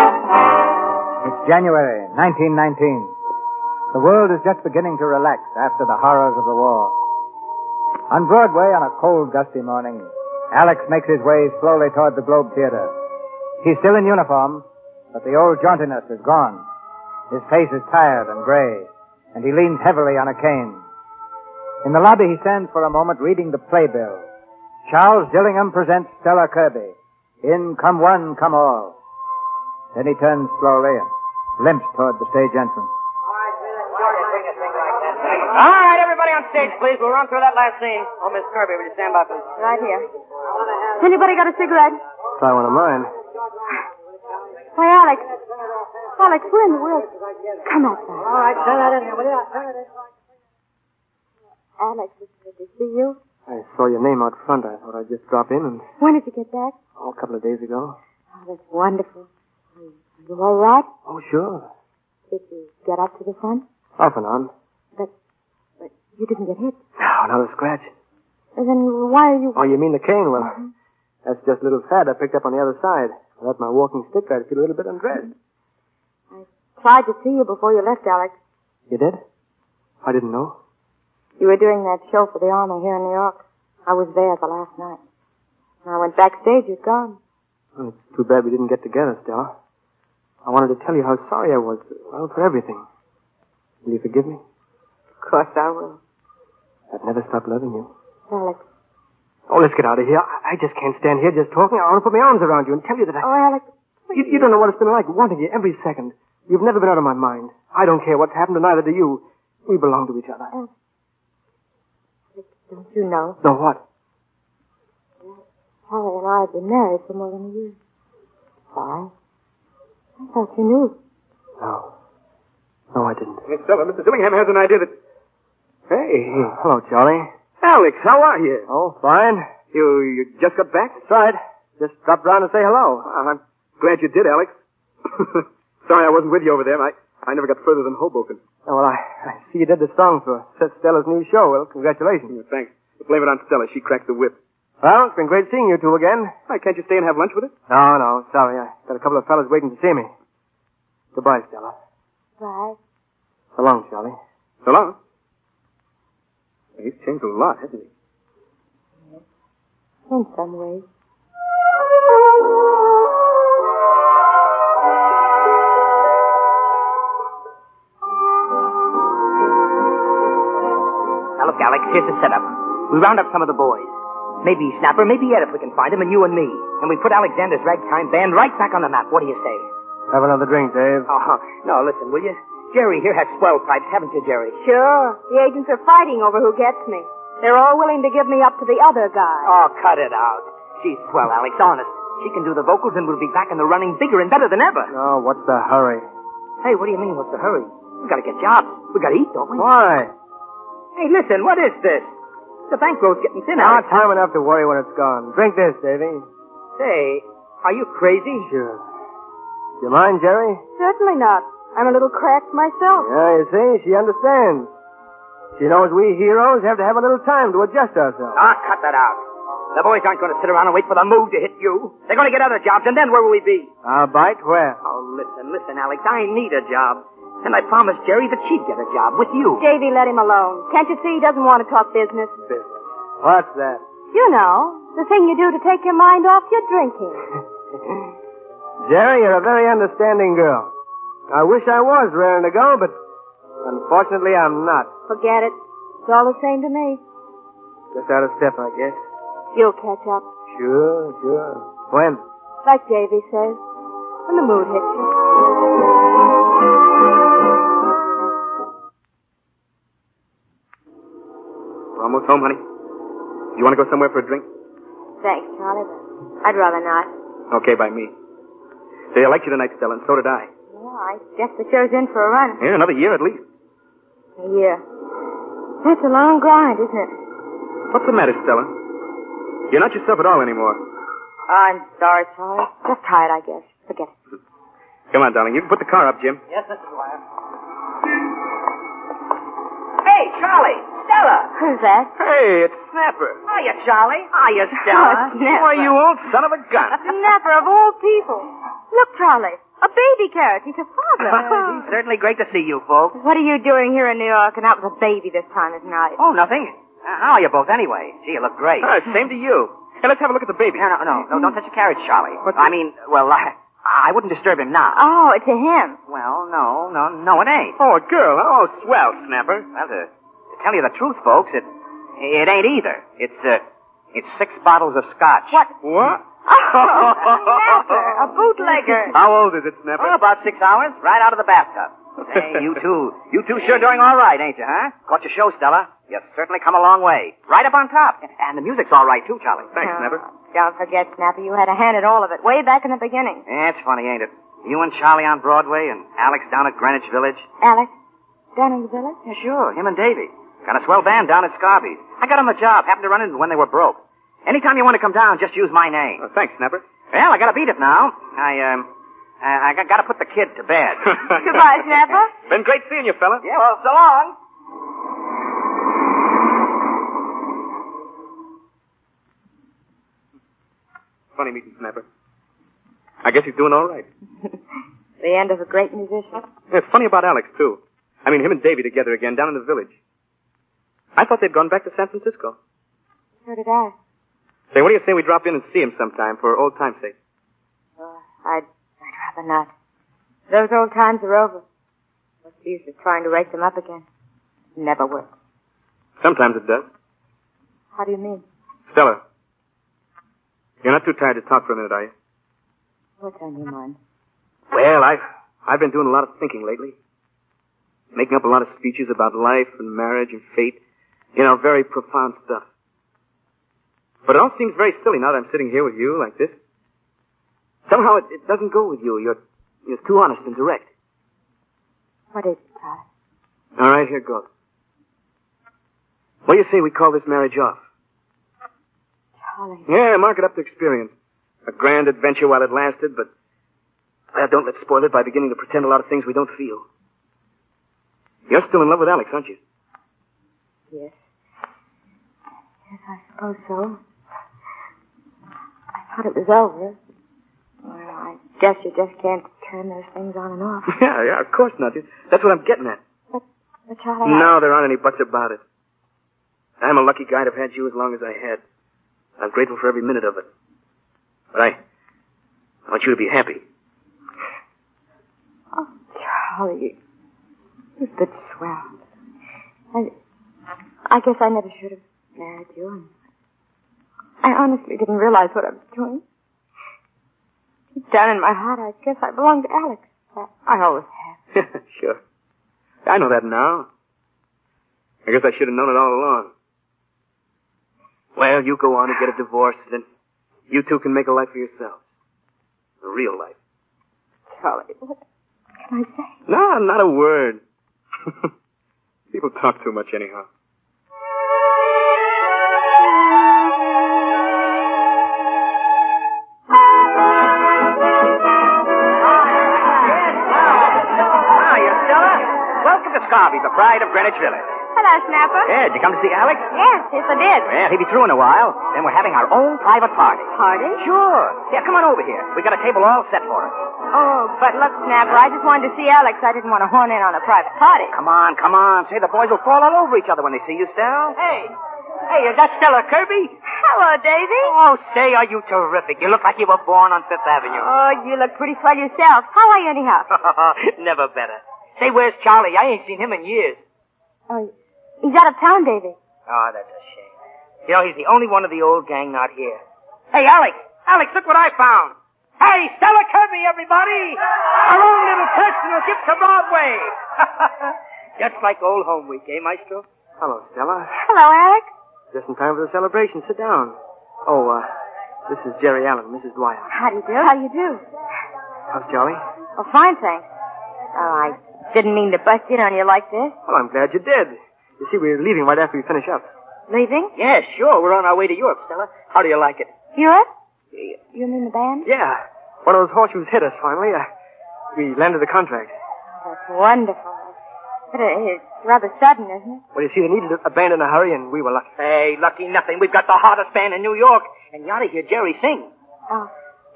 [SPEAKER 2] It's January 1919. The world is just beginning to relax after the horrors of the war. On Broadway, on a cold, dusty morning, Alex makes his way slowly toward the Globe Theater. He's still in uniform, but the old jauntiness is gone. His face is tired and gray, and he leans heavily on a cane. In the lobby, he stands for a moment reading the playbill. Charles Dillingham presents Stella Kirby. In come one, come all. Then he turns slowly and limps toward the stage entrance.
[SPEAKER 8] All right, everybody on stage, please. We'll run through that last scene. Oh, Miss Kirby, will you stand by, please?
[SPEAKER 3] Right here. Anybody got a cigarette?
[SPEAKER 4] Try one of mine.
[SPEAKER 3] Why, Alex. Alex, we're in the world. Come outside.
[SPEAKER 8] All right, turn that in here, will you?
[SPEAKER 3] Alex, it's good to see you.
[SPEAKER 4] I saw your name out front. I thought I'd just drop in and
[SPEAKER 3] When did you get back?
[SPEAKER 4] oh, a couple of days ago.
[SPEAKER 3] Oh, that's wonderful. Are you- are you all right?
[SPEAKER 4] Oh, sure.
[SPEAKER 3] Did you get up to the front?
[SPEAKER 4] Off and on.
[SPEAKER 3] But, but you didn't get hit.
[SPEAKER 4] No, not a scratch.
[SPEAKER 3] And then why are you...
[SPEAKER 4] Oh, you mean the cane? Well,
[SPEAKER 3] Mm-hmm.
[SPEAKER 4] that's just a little fad I picked up on the other side. Without my walking stick, I'd feel a little bit undressed.
[SPEAKER 3] Tried to see you before you left, Alex.
[SPEAKER 4] You did? I didn't know.
[SPEAKER 3] You were doing that show for the Army here in New York. I was there the last night. When I went backstage, you'd gone.
[SPEAKER 2] Well, it's Oh, too bad we didn't get together, Stella. I wanted to tell you how sorry I was, well, for everything. Will you forgive me?
[SPEAKER 3] Of course I will.
[SPEAKER 2] I've never stopped loving you.
[SPEAKER 3] Alex.
[SPEAKER 2] Oh, let's get out of here. I I just can't stand here just talking. I want to put my arms around you and tell you that I...
[SPEAKER 3] Oh, Alex.
[SPEAKER 2] You, you don't know what it's been like wanting you every second. You've never been out of my mind. I don't care what's happened, and neither do you. We belong to each other.
[SPEAKER 3] Don't you know?
[SPEAKER 2] So what?
[SPEAKER 3] Harry and I have been married for more than a year. Why? I thought you knew.
[SPEAKER 2] No. No, I didn't.
[SPEAKER 4] Hey, Stella, Mr. Dillingham has an idea that. Hey,
[SPEAKER 2] Hello, Charlie.
[SPEAKER 4] Alex, how are you?
[SPEAKER 2] Oh, fine.
[SPEAKER 4] You you just got back?
[SPEAKER 2] That's right. Just dropped round to say hello.
[SPEAKER 4] Well, I'm glad you did, Alex. Sorry I wasn't with you over there. I I never got further than Hoboken.
[SPEAKER 2] Oh, well, I, I see you did the song for Stella's new show. Well, congratulations.
[SPEAKER 4] Thanks. Blame it on Stella. She cracked the whip.
[SPEAKER 2] Well, it's been great seeing you two again.
[SPEAKER 4] Why can't you stay and have lunch with us?
[SPEAKER 2] No, no, sorry. I got a couple of fellas waiting to see me. Goodbye, Stella.
[SPEAKER 3] Why?
[SPEAKER 2] So long, Charlie.
[SPEAKER 4] So long. He's changed a lot, hasn't he?
[SPEAKER 3] In some ways.
[SPEAKER 8] Now look, Alex, here's the setup. We round up some of the boys. Maybe Snapper, maybe Ed if we can find him, and you and me. And we put Alexander's ragtime band right back on the map. What do you say?
[SPEAKER 2] Have another drink, Dave.
[SPEAKER 8] Oh, no, listen, will you? Jerry here has swell pipes, haven't you, Jerry?
[SPEAKER 3] Sure. The agents are fighting over who gets me. They're all willing to give me up to the other guy.
[SPEAKER 8] Oh, cut it out. She's swell, Alex, honest. She can do the vocals, and we'll be back in the running bigger and better than ever.
[SPEAKER 2] No, what's Oh, the hurry?
[SPEAKER 8] Hey, what do you mean, what's the hurry? We gotta get jobs. We gotta eat, don't we?
[SPEAKER 2] Why?
[SPEAKER 8] Hey, listen, what is this? The bankroll's getting thin,
[SPEAKER 2] Not
[SPEAKER 8] Alex.
[SPEAKER 2] time enough to worry when it's gone. Drink this, Davy.
[SPEAKER 8] Say, are you crazy?
[SPEAKER 2] Sure. You mind, Jerry?
[SPEAKER 3] Certainly not. I'm a little cracked myself.
[SPEAKER 2] Yeah, you see, she understands. She knows we heroes have to have a little time to adjust ourselves.
[SPEAKER 8] Ah, cut that out. The boys aren't going to sit around and wait for the move to hit you. They're going to get other jobs, and then where will we be?
[SPEAKER 2] I'll bite where?
[SPEAKER 8] Oh, listen, listen, Alex. I need a job. And I promised Jerry that she'd get a job with you.
[SPEAKER 3] Davy, let him alone. Can't you see he doesn't want to talk business?
[SPEAKER 2] What's that?
[SPEAKER 3] You know, the thing you do to take your mind off your drinking.
[SPEAKER 2] Jerry, you're a very understanding girl. I wish I was raring to go, but unfortunately I'm not.
[SPEAKER 3] Forget it. It's all the same to me.
[SPEAKER 2] Just out of step, I guess.
[SPEAKER 3] You'll catch up.
[SPEAKER 2] Sure, sure. When?
[SPEAKER 3] Like Davy says, when the mood hits you.
[SPEAKER 4] We're almost home, honey. You want to go somewhere for a drink?
[SPEAKER 3] Thanks, Charlie. I'd rather not.
[SPEAKER 4] Okay, by me. Say, I liked you tonight, Stella, and so did I.
[SPEAKER 3] Yeah, I guess the show's in for a run.
[SPEAKER 4] Yeah, another year at least.
[SPEAKER 3] A year. That's a long grind, isn't it?
[SPEAKER 4] What's the matter, Stella? You're not yourself at all anymore.
[SPEAKER 3] I'm sorry, Charlie. Just tired, I guess. Forget it.
[SPEAKER 4] Come on, darling. You can put the car up, Jim.
[SPEAKER 8] Yes, Mr. Dwyer. Hey, Charlie! Stella!
[SPEAKER 3] Who's that?
[SPEAKER 4] Hey, it's Snapper.
[SPEAKER 8] Hiya, Charlie. Hiya, Stella.
[SPEAKER 4] Why, you old son of a gun.
[SPEAKER 3] Never, of all people. Look, Charlie. A baby carriage. He's a father.
[SPEAKER 8] It's certainly great to see you folks.
[SPEAKER 3] what are you doing here in New York and out with a baby this time of night?
[SPEAKER 8] Oh, nothing. Uh, how are you both anyway? Gee, you look great.
[SPEAKER 4] Ah, same to you. Hey, let's have a look at the baby.
[SPEAKER 8] No, no, no, no, don't touch the carriage, Charlie. I mean, well, I, I wouldn't disturb him now.
[SPEAKER 3] Oh, it's a him.
[SPEAKER 8] Well, no, no, no, it ain't.
[SPEAKER 4] Oh, a girl. huh? Oh, swell, Snapper.
[SPEAKER 8] Well, to, to tell you the truth, folks, it it ain't either. It's uh, it's six bottles of scotch.
[SPEAKER 3] What?
[SPEAKER 4] What?
[SPEAKER 3] Snapper, a bootlegger.
[SPEAKER 4] How old is it,
[SPEAKER 8] Oh,
[SPEAKER 4] Snapper?
[SPEAKER 8] about six hours, right out of the bathtub. Hey, you two, you two sure doing all right, ain't you, huh? Caught your show, Stella. You've certainly come a long way. Right up on top. And the music's all right, too, Charlie.
[SPEAKER 4] Thanks, Snapper.
[SPEAKER 3] Don't forget, Snapper, you had a hand at all of it, way back in the beginning.
[SPEAKER 8] Yeah, it's funny, ain't it? You and Charlie on Broadway and Alex down at Greenwich Village.
[SPEAKER 3] Alex, down in the village?
[SPEAKER 8] Yeah, sure. Him and Davy. Got a swell band down at Scarby's. I got him a job. Happened to run into when they were broke. Anytime you want to come down, just use my name.
[SPEAKER 4] Oh, thanks, Snapper.
[SPEAKER 8] Well, I gotta beat it now. I, um, I, I got- gotta put the kid to bed.
[SPEAKER 3] Goodbye, Snapper.
[SPEAKER 4] Been great seeing you, fella.
[SPEAKER 8] yeah, well, so long.
[SPEAKER 4] Funny meeting Snapper. I guess he's doing all right.
[SPEAKER 3] The end of a great musician.
[SPEAKER 4] Yeah, it's funny about Alex, too. I mean, him and Davy together again down in the village. I thought they'd gone back to San Francisco.
[SPEAKER 3] So did I.
[SPEAKER 4] Say, what do you say we drop in and see him sometime for old time's sake?
[SPEAKER 9] I'd, I'd rather not. Those old times are over. What's the use of trying to rake them up again? Never works.
[SPEAKER 4] Sometimes it does.
[SPEAKER 9] How do you mean?
[SPEAKER 4] Stella, you're not too tired to talk for a minute, are you?
[SPEAKER 9] What's on your mind?
[SPEAKER 4] Well, I've I've been doing a lot of thinking lately, making up a lot of speeches about life and marriage and fate, you know, very profound stuff. But it all seems very silly now that I'm sitting here with you like this. Somehow it, it doesn't go with you. You're you're too honest and direct.
[SPEAKER 9] What is it, Tyler?
[SPEAKER 4] All right, here goes. What do you say we call this marriage off?
[SPEAKER 9] Charlie.
[SPEAKER 4] Yeah, mark it up to experience. A grand adventure while it lasted, but uh, don't let's spoil it by beginning to pretend a lot of things we don't feel. You're still in love with Alex, aren't you?
[SPEAKER 9] Yes. Yes, I suppose so. I thought it was over. Well, I guess you just can't turn those things on and off.
[SPEAKER 4] Yeah, yeah, of course not. That's what I'm getting at.
[SPEAKER 9] But Charlie, I-
[SPEAKER 4] No, there aren't any buts about it. I'm a lucky guy to have had you as long as I had. I'm grateful for every minute of it. But I, I want you to be happy.
[SPEAKER 9] Oh, Charlie, you- you've been swell. I, I guess I never should have married you. And I honestly didn't realize what I was doing. Deep down in my heart, I guess I belong to Alex. I, I always have.
[SPEAKER 4] sure. I know that now. I guess I should have known it all along. Well, you go on and get a divorce, then you two can make a life for yourselves. A real life.
[SPEAKER 9] Charlie, what can I say?
[SPEAKER 4] No, not a word. People talk too much anyhow.
[SPEAKER 8] Ah, you're Stella? Welcome to Scarby, the pride of Greenwich Village.
[SPEAKER 3] Hello, Snapper.
[SPEAKER 8] Yeah, did you come to see Alex?
[SPEAKER 3] Yes, yes, I did.
[SPEAKER 8] Well, he'll be through in a while. Then we're having our own private party.
[SPEAKER 3] Pardon?
[SPEAKER 8] Sure. Yeah, come on over here. We've got a table all set for us.
[SPEAKER 3] Oh, but look, Snapper, I just wanted to see Alex. I didn't want to horn in on a private party.
[SPEAKER 8] Come on, come on. Say the boys will fall all over each other when they see you, Stella.
[SPEAKER 3] Hey.
[SPEAKER 8] Hey, is that Stella Kirby?
[SPEAKER 3] Hello, Davy.
[SPEAKER 8] Oh, say, are you terrific? You look like you were born on Fifth Avenue.
[SPEAKER 3] Oh, you look pretty swell yourself. How are you anyhow?
[SPEAKER 8] Never better. Say, where's Charlie? I ain't seen him in years.
[SPEAKER 9] Oh, he's out of town, Davy.
[SPEAKER 8] Oh, that's a shame. You know, he's the only one of the old gang not here. Hey, Alex! Alex, look what I found! Hey, Stella Kirby, everybody! Our own little personal gift to Broadway! Just like old home week, eh, Maestro?
[SPEAKER 10] Hello, Stella.
[SPEAKER 3] Hello, Alex.
[SPEAKER 10] Just in time for the celebration. Sit down. Oh, uh, this is Jerry Allen, Mrs. Dwyer.
[SPEAKER 9] How do you do? How do you do?
[SPEAKER 10] How's Charlie?
[SPEAKER 9] Oh, fine, thanks. Oh, I didn't mean to bust in on you like this.
[SPEAKER 10] Well, I'm glad you did. You see, we're leaving right after we finish up.
[SPEAKER 9] Leaving?
[SPEAKER 8] Yeah, sure. We're on our way to Europe, Stella. How do you like it?
[SPEAKER 9] Europe? You mean the band?
[SPEAKER 10] Yeah, one of those horseshoes hit us finally. Uh, we landed the contract.
[SPEAKER 9] That's wonderful. But it, it's rather sudden, isn't it?
[SPEAKER 10] Well, you see, they needed a band in a hurry, and we were lucky.
[SPEAKER 8] Hey, lucky nothing. We've got the hottest band in New York, and you ought to hear Jerry sing.
[SPEAKER 9] Oh.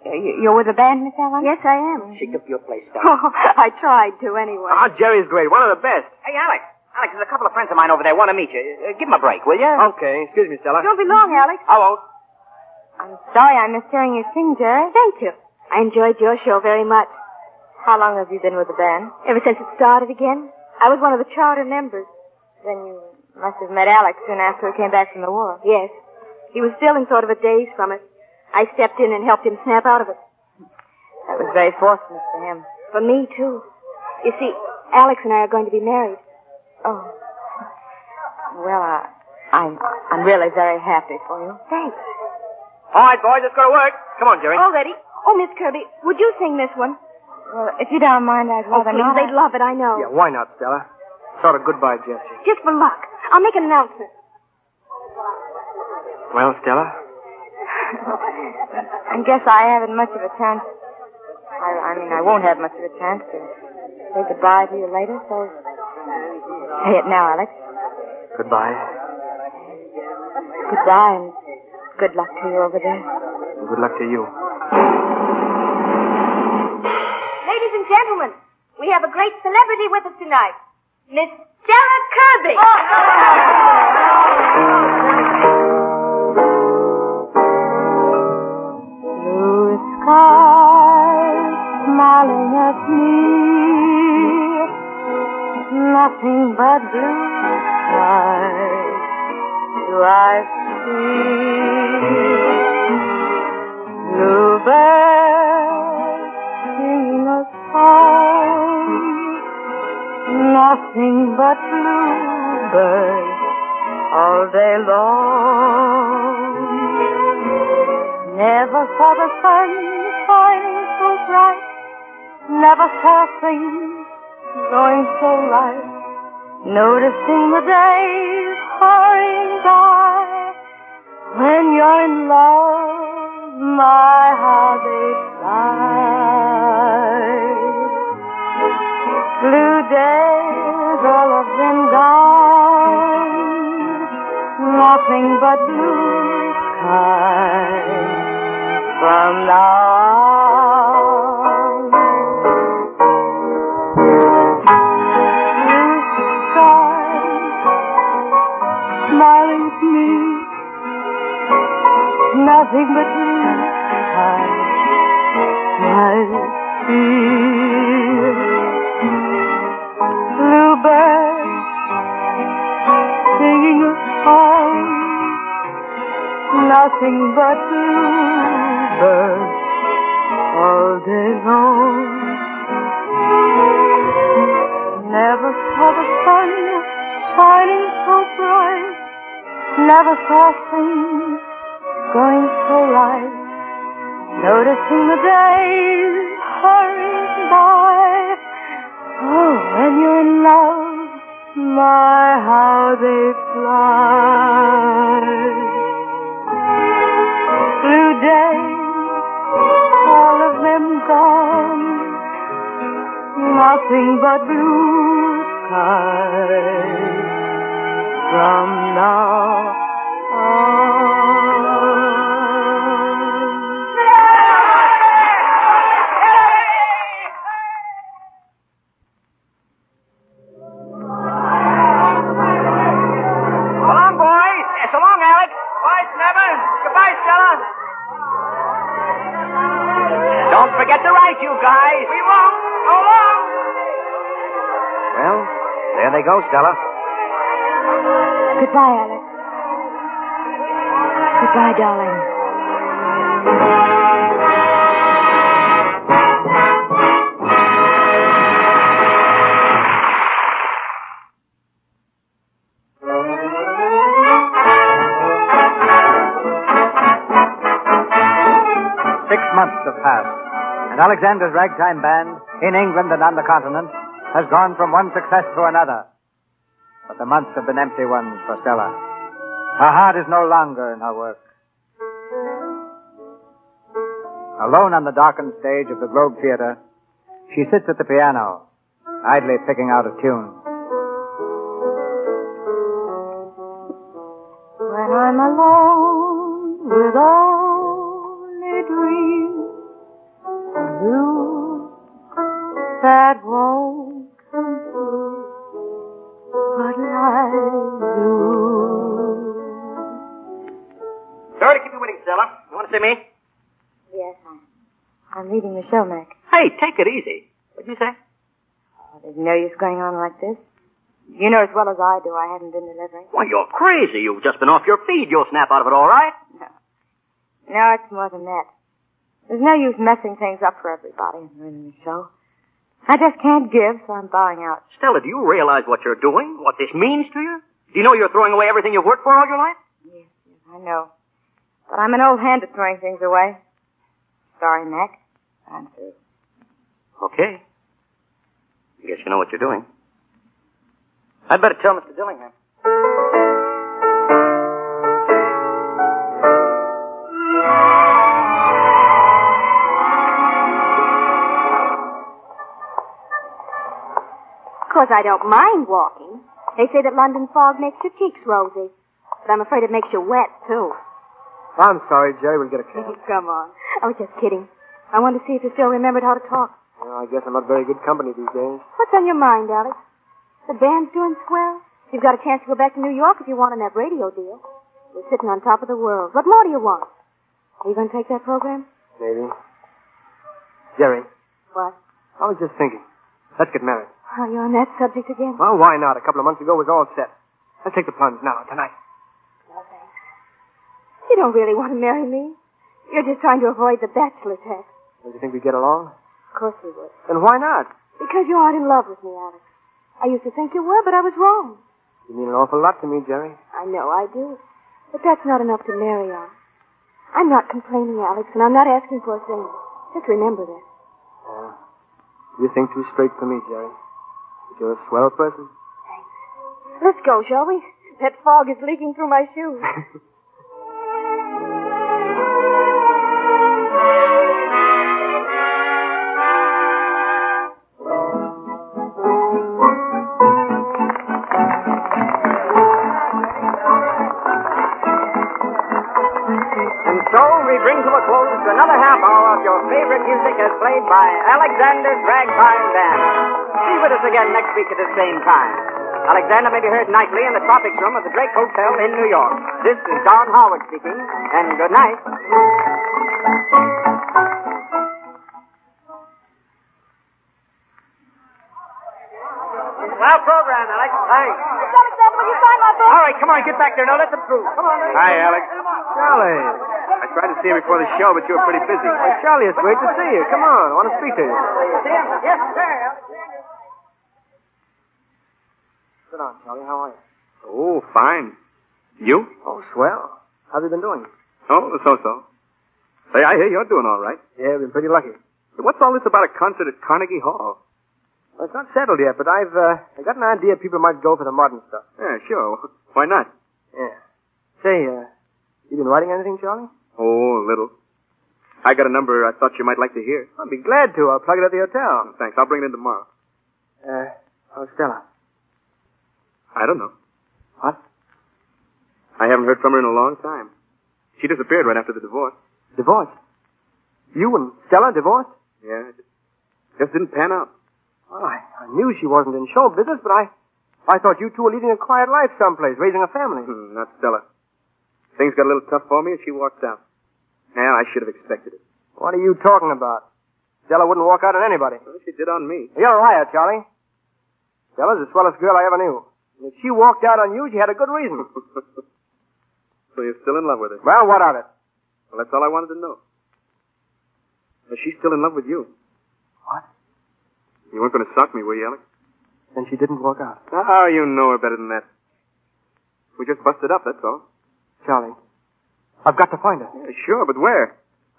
[SPEAKER 9] You're with the band, Miss Allen?
[SPEAKER 3] Yes, I am.
[SPEAKER 8] She took your place, Stella.
[SPEAKER 3] Oh, I tried to anyway.
[SPEAKER 10] Ah, Jerry's great. One of the best.
[SPEAKER 8] hey, Alex. Alex, there's a couple of friends of mine over there want to meet you. Uh, give them a break, will you?
[SPEAKER 10] Okay, excuse me, Stella.
[SPEAKER 3] Don't be long, Alex.
[SPEAKER 8] Hello.
[SPEAKER 9] I'm sorry I missed hearing you sing, Jerry.
[SPEAKER 3] Thank you.
[SPEAKER 9] I enjoyed your show very much. How long have you been with the band?
[SPEAKER 3] Ever since it started again?
[SPEAKER 9] I was one of the charter members. Then you must have met Alex soon after he came back from the war.
[SPEAKER 3] Yes.
[SPEAKER 9] He was still in sort of a daze from it. I stepped in and helped him snap out of it. That was very fortunate for him.
[SPEAKER 3] For me, too.
[SPEAKER 9] You see, Alex and I are going to be married. Oh. Well, I, I'm, I'm really very happy for you.
[SPEAKER 3] Thanks.
[SPEAKER 8] All right, boys, it's going to work. Come on, Jerry.
[SPEAKER 3] All ready. Oh, Miss Kirby, would you sing this one?
[SPEAKER 9] Well, if you don't mind, I'd
[SPEAKER 3] Oh,
[SPEAKER 9] rather
[SPEAKER 3] please,
[SPEAKER 9] not.
[SPEAKER 3] they'd love it, I know.
[SPEAKER 10] Yeah, why not, Stella? Sort of goodbye gesture.
[SPEAKER 3] Just for luck. I'll make an announcement.
[SPEAKER 10] Well, Stella,
[SPEAKER 9] I guess I haven't much of a chance. I, I mean, I won't have much of a chance to say goodbye to you later, so say it now, Alex.
[SPEAKER 10] goodbye.
[SPEAKER 9] Goodbye and good luck to you over there.
[SPEAKER 10] And good luck to you.
[SPEAKER 3] Ladies and gentlemen, we have a great celebrity with us tonight. Miss Stella Kirby. Oh,
[SPEAKER 1] Never saw the sun shining so bright. Never saw things going so light. Noticing the days hurrying by. When you're in love, my how they fly. Blue days all have been gone. Nothing but blue skies from now on. Blue skies, smile at me. Nothing but blue skies I see. Bluebirds singing a song nothing but bluebirds all day long. Never saw the sun shining so bright. Never saw things going so right. Noticing the days hurrying by. Oh, when you're in love, my how they fly blue days, all of them gone. Nothing but blue skies from now on.
[SPEAKER 8] So long, boys. Eh, So long, Alex. Bye, Snapper. Goodbye, Stella. Don't forget to write, you guys. We won't. So long.
[SPEAKER 11] Well, there they go, Stella.
[SPEAKER 3] Goodbye, Alex. Goodbye, darling.
[SPEAKER 2] Six months have passed, and Alexander's ragtime band, in England and on the continent, has gone from one success to another. But the months have been empty ones for Stella. Her heart is no longer in her work. Alone on the darkened stage of the Globe Theater, she sits at the piano, idly picking out a tune.
[SPEAKER 1] When I'm alone with only dreams of you that won't come true, but I do.
[SPEAKER 8] Sorry to keep you waiting, Stella. You want to see me?
[SPEAKER 3] Yes, I'm, I'm leaving the show, Mac.
[SPEAKER 8] Hey, take it easy. What'd you say?
[SPEAKER 3] Oh, there's no use going on like this. You know as well as I do I haven't been delivering.
[SPEAKER 8] Why, you're crazy. You've just been off your feed. You'll snap out of it all right.
[SPEAKER 3] No, it's more than that. There's no use messing things up for everybody and ruining the show. I just can't give, so I'm bowing out.
[SPEAKER 8] Stella, do you realize what you're doing? What this means to you? Do you know you're throwing away everything you've worked for all your life?
[SPEAKER 3] Yes, yes, I know. But I'm an old hand at throwing things away. Sorry, Mac. I'm through.
[SPEAKER 8] Okay. I guess you know what you're doing. I'd better tell Mr. Dillingham.
[SPEAKER 3] Of course, I don't mind walking. They say that London fog makes your cheeks rosy. But I'm afraid it makes you wet, too.
[SPEAKER 4] I'm sorry, Jerry. We'll get a cab.
[SPEAKER 3] Oh, come on. I was just kidding. I wanted to see if you still remembered how to talk.
[SPEAKER 4] Well, I guess I'm not very good company these days.
[SPEAKER 3] What's on your mind, Alex? The band's doing swell. You've got a chance to go back to New York if you want on that radio deal. You're sitting on top of the world. What more do you want? Are you going to take that program?
[SPEAKER 4] Maybe. Jerry,
[SPEAKER 3] What?
[SPEAKER 4] I was just thinking. Let's get married.
[SPEAKER 3] Are you on that subject again?
[SPEAKER 4] Well, why not? A couple of months ago was all set. Let's take the plunge now, tonight.
[SPEAKER 3] You don't really want to marry me. You're just trying to avoid the bachelor tax.
[SPEAKER 4] Don't you think we get along?
[SPEAKER 3] Of course you would.
[SPEAKER 4] Then why not?
[SPEAKER 3] Because you aren't in love with me, Alex. I used to think you were, but I was wrong.
[SPEAKER 4] You mean an awful lot to me, Jerry.
[SPEAKER 3] I know I do. But that's not enough to marry on. I'm
[SPEAKER 12] not complaining, Alex, and I'm not asking for a thing. Just remember this.
[SPEAKER 2] Yeah. You think too straight for me, Jerry. But you're a swell person.
[SPEAKER 12] Let's go, shall we? That fog is leaking through my shoes.
[SPEAKER 8] And so we bring to a close another half hour of your favorite music as played by Alexander's Ragtime Band. Be with us again next week at the same time. Alexander may be heard nightly in the Tropics Room of the Drake Hotel in New York. This is Don Howard speaking, and good night.
[SPEAKER 13] Well program, Alex. Thanks.
[SPEAKER 3] Alexander, will you sign my book?
[SPEAKER 13] All right, come on, get back there now. Let them through. Come on.
[SPEAKER 4] Hi, Alex.
[SPEAKER 2] Charlie.
[SPEAKER 4] I tried to see you before the show, but you were pretty busy.
[SPEAKER 2] Hey, Charlie, it's great to see you. Come on. I want to speak to you.
[SPEAKER 13] Yes, sir.
[SPEAKER 2] Sit down, Charlie. How are you?
[SPEAKER 4] Oh, fine. You?
[SPEAKER 2] Oh, swell. How's it been doing?
[SPEAKER 4] Oh, so-so. Hey, I hear you're doing all right.
[SPEAKER 2] Yeah, been pretty lucky.
[SPEAKER 4] What's all this about a concert at Carnegie Hall?
[SPEAKER 2] Well, it's not settled yet, but I've uh, I got an idea people might go for the modern stuff.
[SPEAKER 4] Yeah, sure. Why not?
[SPEAKER 2] Yeah. Say, uh, you been writing anything, Charlie?
[SPEAKER 4] Oh, a little. I got a number I thought you might like to hear.
[SPEAKER 2] I'll be glad to. I'll plug it at the hotel.
[SPEAKER 4] Oh, thanks. I'll bring it in tomorrow.
[SPEAKER 2] Uh, oh, Stella.
[SPEAKER 4] I don't know.
[SPEAKER 2] What?
[SPEAKER 4] I haven't heard from her in a long time. She disappeared right after the divorce.
[SPEAKER 2] Divorce? You and Stella divorced?
[SPEAKER 4] Yeah, it just didn't pan out.
[SPEAKER 2] Well, I, I knew she wasn't in show business, but I, I thought you two were leading a quiet life someplace, raising a family.
[SPEAKER 4] Hmm, Not Stella. Things got a little tough for me, and she walked out. And I should have expected it.
[SPEAKER 2] What are you talking about? Stella wouldn't walk out on anybody.
[SPEAKER 4] Well, she did on me.
[SPEAKER 2] You're a liar, Charlie. Stella's the swellest girl I ever knew. And if she walked out on you, she had a good reason.
[SPEAKER 4] so you're still in love with her?
[SPEAKER 2] Well, what of it?
[SPEAKER 4] Well, that's all I wanted to know. But she's still in love with you.
[SPEAKER 2] What?
[SPEAKER 4] You weren't going to sock me, were you, Alex?
[SPEAKER 2] And she didn't walk out.
[SPEAKER 4] Oh, you know her better than that. We just busted up, that's all.
[SPEAKER 2] Charlie, I've got to find her.
[SPEAKER 4] Yeah, sure, but where?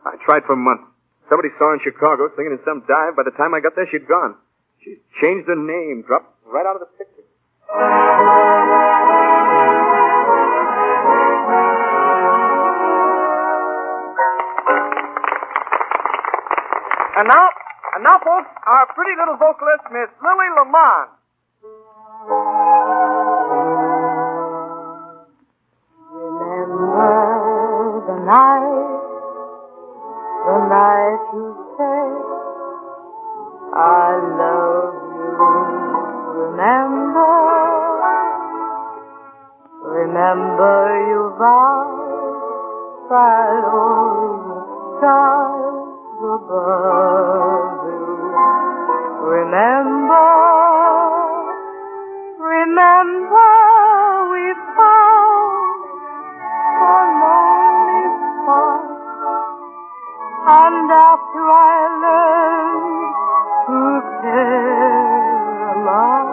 [SPEAKER 4] I tried for months. Somebody saw her in Chicago singing in some dive. By the time I got there, she'd gone. She changed her name, dropped right out of the picture.
[SPEAKER 13] And now, and now, folks, our pretty little vocalist, Miss Lily Lamont.
[SPEAKER 9] Remember the night, the night you said, I love you. Remember, remember you vowed by lonely stars above you. Remember, remember we vowed for lonely hearts. And after I learned to care a lot,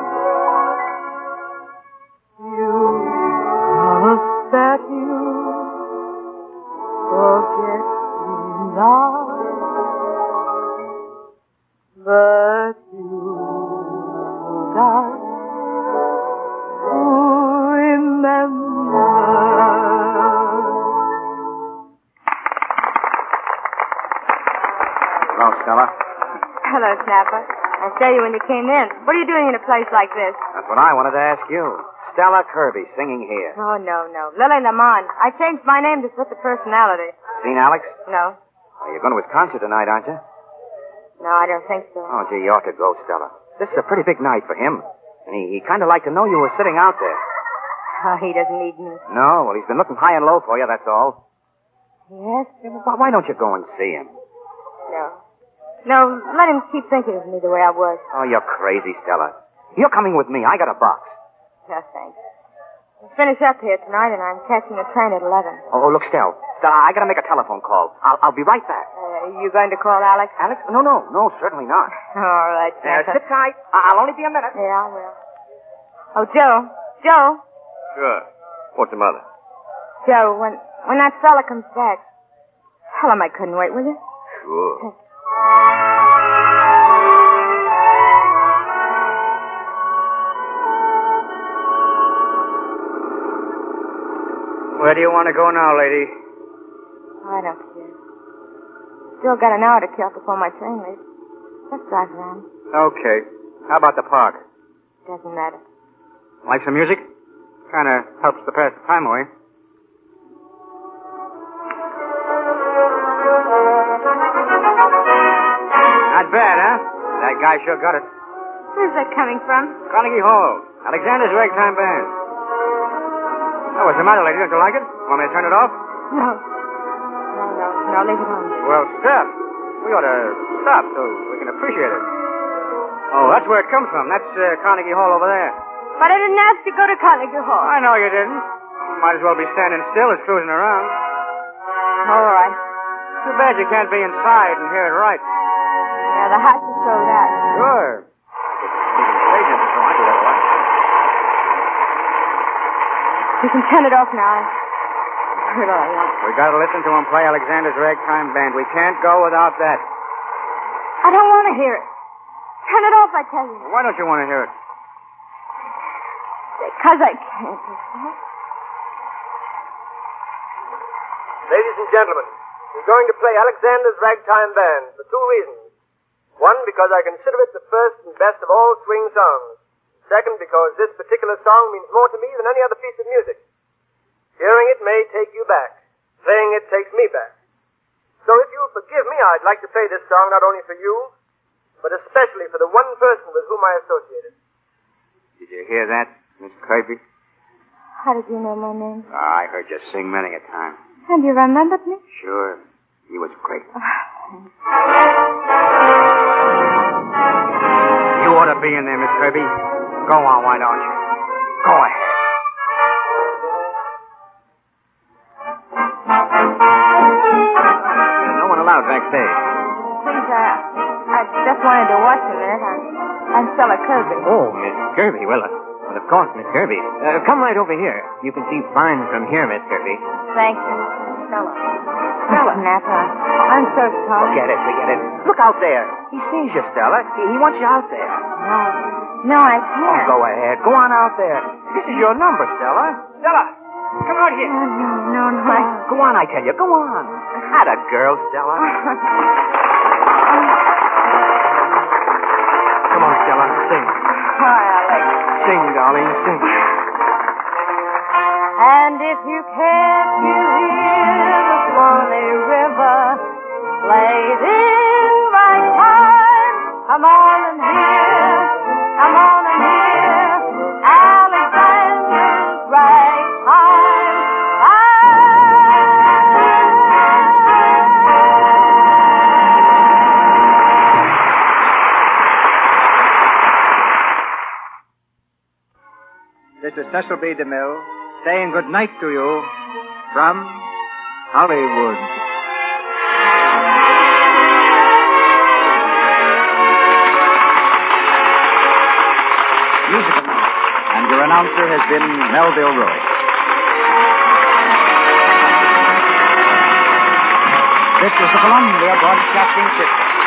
[SPEAKER 9] you promised that you forget me not. But you forgot to remember.
[SPEAKER 4] Hello, Stella.
[SPEAKER 3] Hello, Snapper. I saw you when you came in. What are you doing in a place like this?
[SPEAKER 8] That's what I wanted to ask you. Stella Kirby singing here.
[SPEAKER 3] Oh, no, no. Lily Lamont. I changed my name to fit the personality.
[SPEAKER 8] Seen Alex?
[SPEAKER 3] No.
[SPEAKER 8] Oh, you're going to his concert tonight, aren't you?
[SPEAKER 3] No, I don't think so.
[SPEAKER 8] Oh, gee, you ought to go, Stella. This is a pretty big night for him. And he, he kind of liked to know you were sitting out there.
[SPEAKER 3] Oh, he doesn't need me.
[SPEAKER 8] No, well, he's been looking high and low for you, that's all.
[SPEAKER 3] Yes?
[SPEAKER 8] Why, why don't you go and see him?
[SPEAKER 3] No. No, let him keep thinking of me the way I was.
[SPEAKER 8] Oh, you're crazy, Stella. You're coming with me. I got a box.
[SPEAKER 3] No, thanks. We'll finish up here tonight, and I'm catching a train at 11. Uh,
[SPEAKER 8] Oh, oh, look, Stella. Stella, I got to make a telephone call. I'll, I'll be right back.
[SPEAKER 3] Uh, you going to call Alex?
[SPEAKER 8] Alex? No, no, no, certainly not.
[SPEAKER 3] All right,
[SPEAKER 8] Uh,
[SPEAKER 3] Snapper.
[SPEAKER 8] sit tight. I- I'll only be a minute.
[SPEAKER 3] Yeah, I will. Oh, Joe. Joe.
[SPEAKER 4] Sure. What's the matter?
[SPEAKER 3] Joe, when, when that fella comes back,
[SPEAKER 9] Tell him I couldn't wait, will you?
[SPEAKER 14] Sure.
[SPEAKER 15] Where do you want to go now, lady?
[SPEAKER 9] I don't care. Still got an hour to kill before my train leaves. Let's drive around.
[SPEAKER 4] Okay. How about the park?
[SPEAKER 9] Doesn't matter.
[SPEAKER 4] Like some music? Kind of helps to pass the time away. Not bad, huh? That guy sure got it.
[SPEAKER 3] Where's that coming from?
[SPEAKER 4] Carnegie Hall, Alexander's Ragtime Band. Oh, what's the matter, lady? Don't you like it? Want me to turn it off?
[SPEAKER 9] No. No, no, no, leave it alone.
[SPEAKER 4] Well, Steph, we ought to stop so we can appreciate it. Oh, that's where it comes from. That's uh, Carnegie Hall over there.
[SPEAKER 3] But I didn't ask to go to Carnegie Hall.
[SPEAKER 4] I know you didn't. Might as well be standing still as cruising around.
[SPEAKER 9] All right.
[SPEAKER 4] Too bad you can't be inside and hear it right.
[SPEAKER 9] Yeah, the house is sold out.
[SPEAKER 4] Sure.
[SPEAKER 9] You can turn it off now. I heard all I want.
[SPEAKER 4] We gotta listen to him play Alexander's ragtime band. We can't go without that.
[SPEAKER 3] I don't want to hear it. Turn it off, I tell you.
[SPEAKER 4] Why don't you want to hear it?
[SPEAKER 3] Because I can't.
[SPEAKER 16] Ladies and gentlemen, I'm going to play Alexander's Ragtime Band for two reasons. One, because I consider it the first and best of all swing songs. Second, because this particular song means more to me than any other piece of music. Hearing it may take you back. Playing it takes me back. So if you'll forgive me, I'd like to play this song not only for you, but especially for the one person with whom I associate it.
[SPEAKER 4] Did you hear that, Miss Kirby?
[SPEAKER 9] How did you know my name?
[SPEAKER 4] Oh, I heard you sing many a time.
[SPEAKER 9] And you remembered me?
[SPEAKER 4] Sure. You was great.
[SPEAKER 9] Ah,
[SPEAKER 4] You ought to be in there, Miss Kirby. Go on, why don't you? Go ahead. No one allowed backstage.
[SPEAKER 9] Please, I, I just wanted to watch a minute. I'm, I'm Stella Kirby.
[SPEAKER 2] Oh, Miss Kirby. Well, uh, well of course, Miss Kirby. Uh, come right over here. You can see fine from here, Miss Kirby.
[SPEAKER 9] Thank you. Stella. Stella. Napa. I'm so sorry.
[SPEAKER 2] Forget it, forget it. Look out there. He sees you, Stella. He, he wants you out there.
[SPEAKER 9] No. No, I
[SPEAKER 2] Oh,
[SPEAKER 9] can't.
[SPEAKER 2] go ahead. Go on out there. This is your number, Stella.
[SPEAKER 15] Stella, come out here.
[SPEAKER 9] No, no, I...
[SPEAKER 2] Go on, I tell you. Go on. Had a girl, Stella. Come on, Stella. Sing.
[SPEAKER 9] Hi, Alex.
[SPEAKER 2] Sing, darling. Sing.
[SPEAKER 1] And if you can't, you hear the Swanee River play this right time. Come on and hear, come on and hear Alexander's right time.
[SPEAKER 17] This is Cecil B. DeMille saying good night to you from Hollywood.
[SPEAKER 18] Musical Notes. And your announcer has been Melville Roy. This is the Columbia Broadcasting System.